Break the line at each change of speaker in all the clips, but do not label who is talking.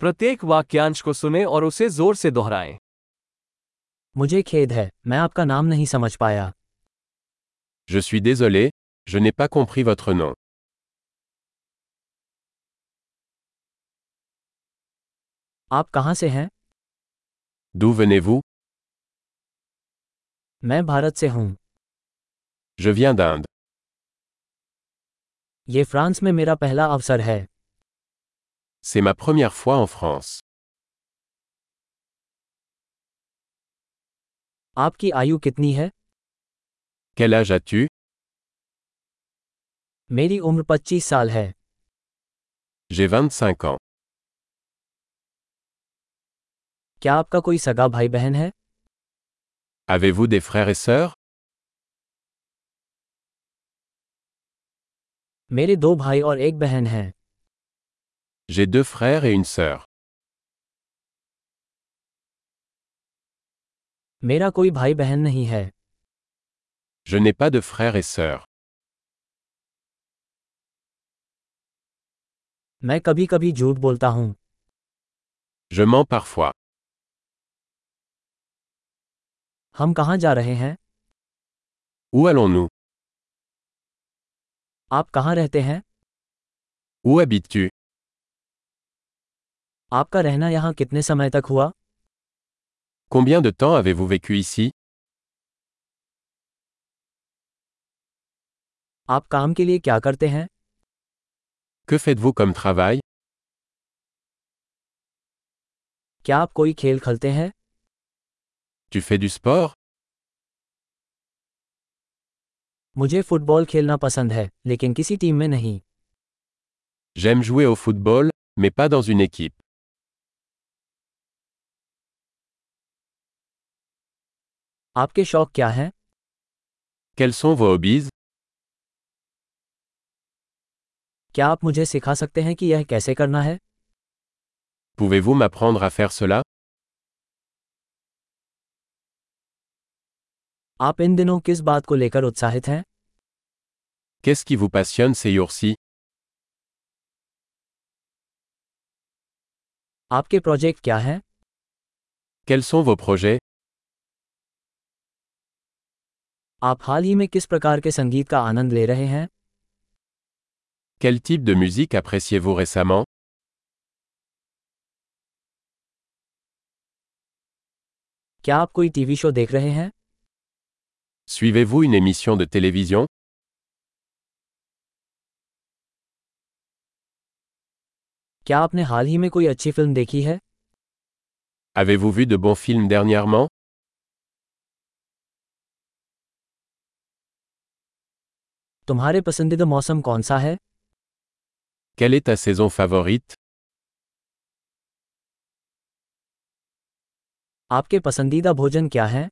प्रत्येक वाक्यांश को सुने और उसे जोर से दोहराएं
मुझे खेद है मैं आपका नाम नहीं समझ पाया
Je suis désolé, je n'ai pas compris votre nom.
आप कहाँ से हैं
D'où venez-vous
मैं भारत से हूँ
Je viens d'Inde.
ये फ्रांस में मेरा पहला अवसर है
C'est ma première fois en France.
आपकी आयु कितनी है
Quel âge as-tu
मेरी उम्र 25 साल है
J'ai 25 ans.
क्या आपका कोई सगा भाई बहन है
Avez-vous des frères et sœurs
मेरे दो भाई और एक बहन है
J'ai deux frères et une sœur.
मेरा कोई भाई बहन नहीं है
Je n'ai pas de frères et sœurs.
मैं कभी कभी झूठ बोलता हूँ
Je mens parfois.
हम कहाँ जा रहे हैं
Où allons-nous
आप कहाँ रहते हैं
Où habites-tu
आपका रहना यहाँ कितने समय तक हुआ
Combien de temps avez-vous vécu ici
आप काम के लिए क्या करते हैं
Que faites-vous comme travail
क्या आप कोई खेल खेलते हैं
Tu fais du sport
मुझे फुटबॉल खेलना पसंद है लेकिन किसी टीम में नहीं
J'aime jouer au football, mais pas dans une équipe.
आपके शौक क्या हैं
Quels sont vos hobbies
क्या आप मुझे सिखा सकते हैं कि यह कैसे करना है
Pouvez-vous m'apprendre à faire cela
आप इन दिनों किस बात को लेकर उत्साहित हैं
Qu'est-ce qui vous passionne ces jours-ci
आपके प्रोजेक्ट क्या हैं
Quels sont vos projets
आप हाल ही में किस प्रकार के संगीत का आनंद ले रहे हैं
Quel type de musique appréciez-vous récemment
क्या आप कोई टीवी शो देख रहे हैं
Suivez-vous une émission de télévision
क्या आपने हाल ही में कोई अच्छी फिल्म देखी है
Avez-vous vu de bons films dernièrement
तुम्हारे पसंदीदा मौसम कौन सा है
Quelle est ta saison favorite
आपके पसंदीदा भोजन क्या है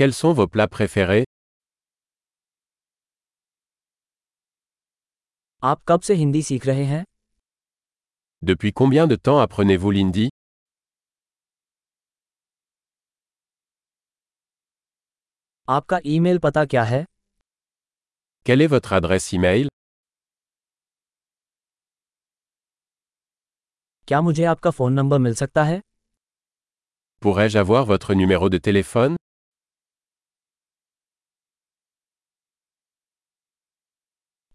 Quels sont vos plats préférés
आप कब से हिंदी सीख रहे हैं
Depuis combien de temps apprenez-vous l'hindi
आपका ईमेल पता क्या है
Quelle est votre adresse e-mail
क्या मुझे आपका फ़ोन नंबर मिल सकता है
Pourrais-je avoir votre numéro de téléphone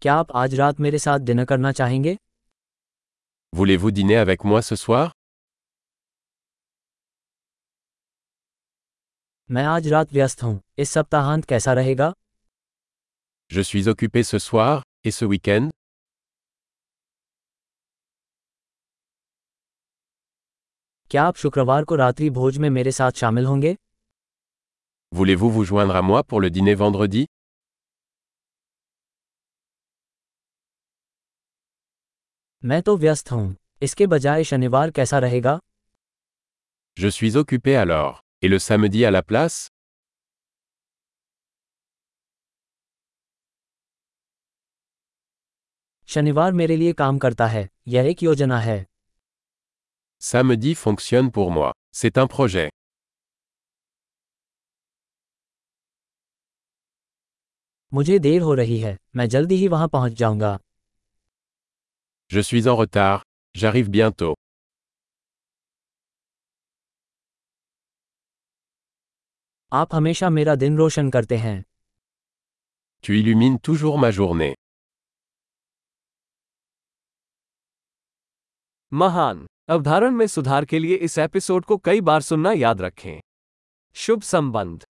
क्या आप आज रात मेरे साथ डिनर करना चाहेंगे
Voulez-vous dîner avec moi ce soir
मैं आज रात व्यस्त हूँ इस सप्ताहांत कैसा रहेगा
Je suis occupé ce soir, et ce week-end
क्या आप शुक्रवार को रात्रि भोज में मेरे साथ शामिल होंगे
Voulez-vous vous joindre à moi pour le dîner vendredi
मैं तो व्यस्त हूँ इसके बजाय शनिवार कैसा रहेगा
Je suis occupé alors. Et le samedi à la place
शनिवार मेरे लिए काम करता है यह एक योजना है
Samedi fonctionne pour moi. C'est un projet.
मुझे देर हो रही है मैं जल्दी ही वहाँ पहुँच जाऊँगा
Je suis en retard. J'arrive bientôt.
आप हमेशा मेरा दिन रोशन करते हैं
Tu illumines toujours ma journée.
महान अवधारण में सुधार के लिए इस एपिसोड को कई बार सुनना याद रखें शुभ संबंध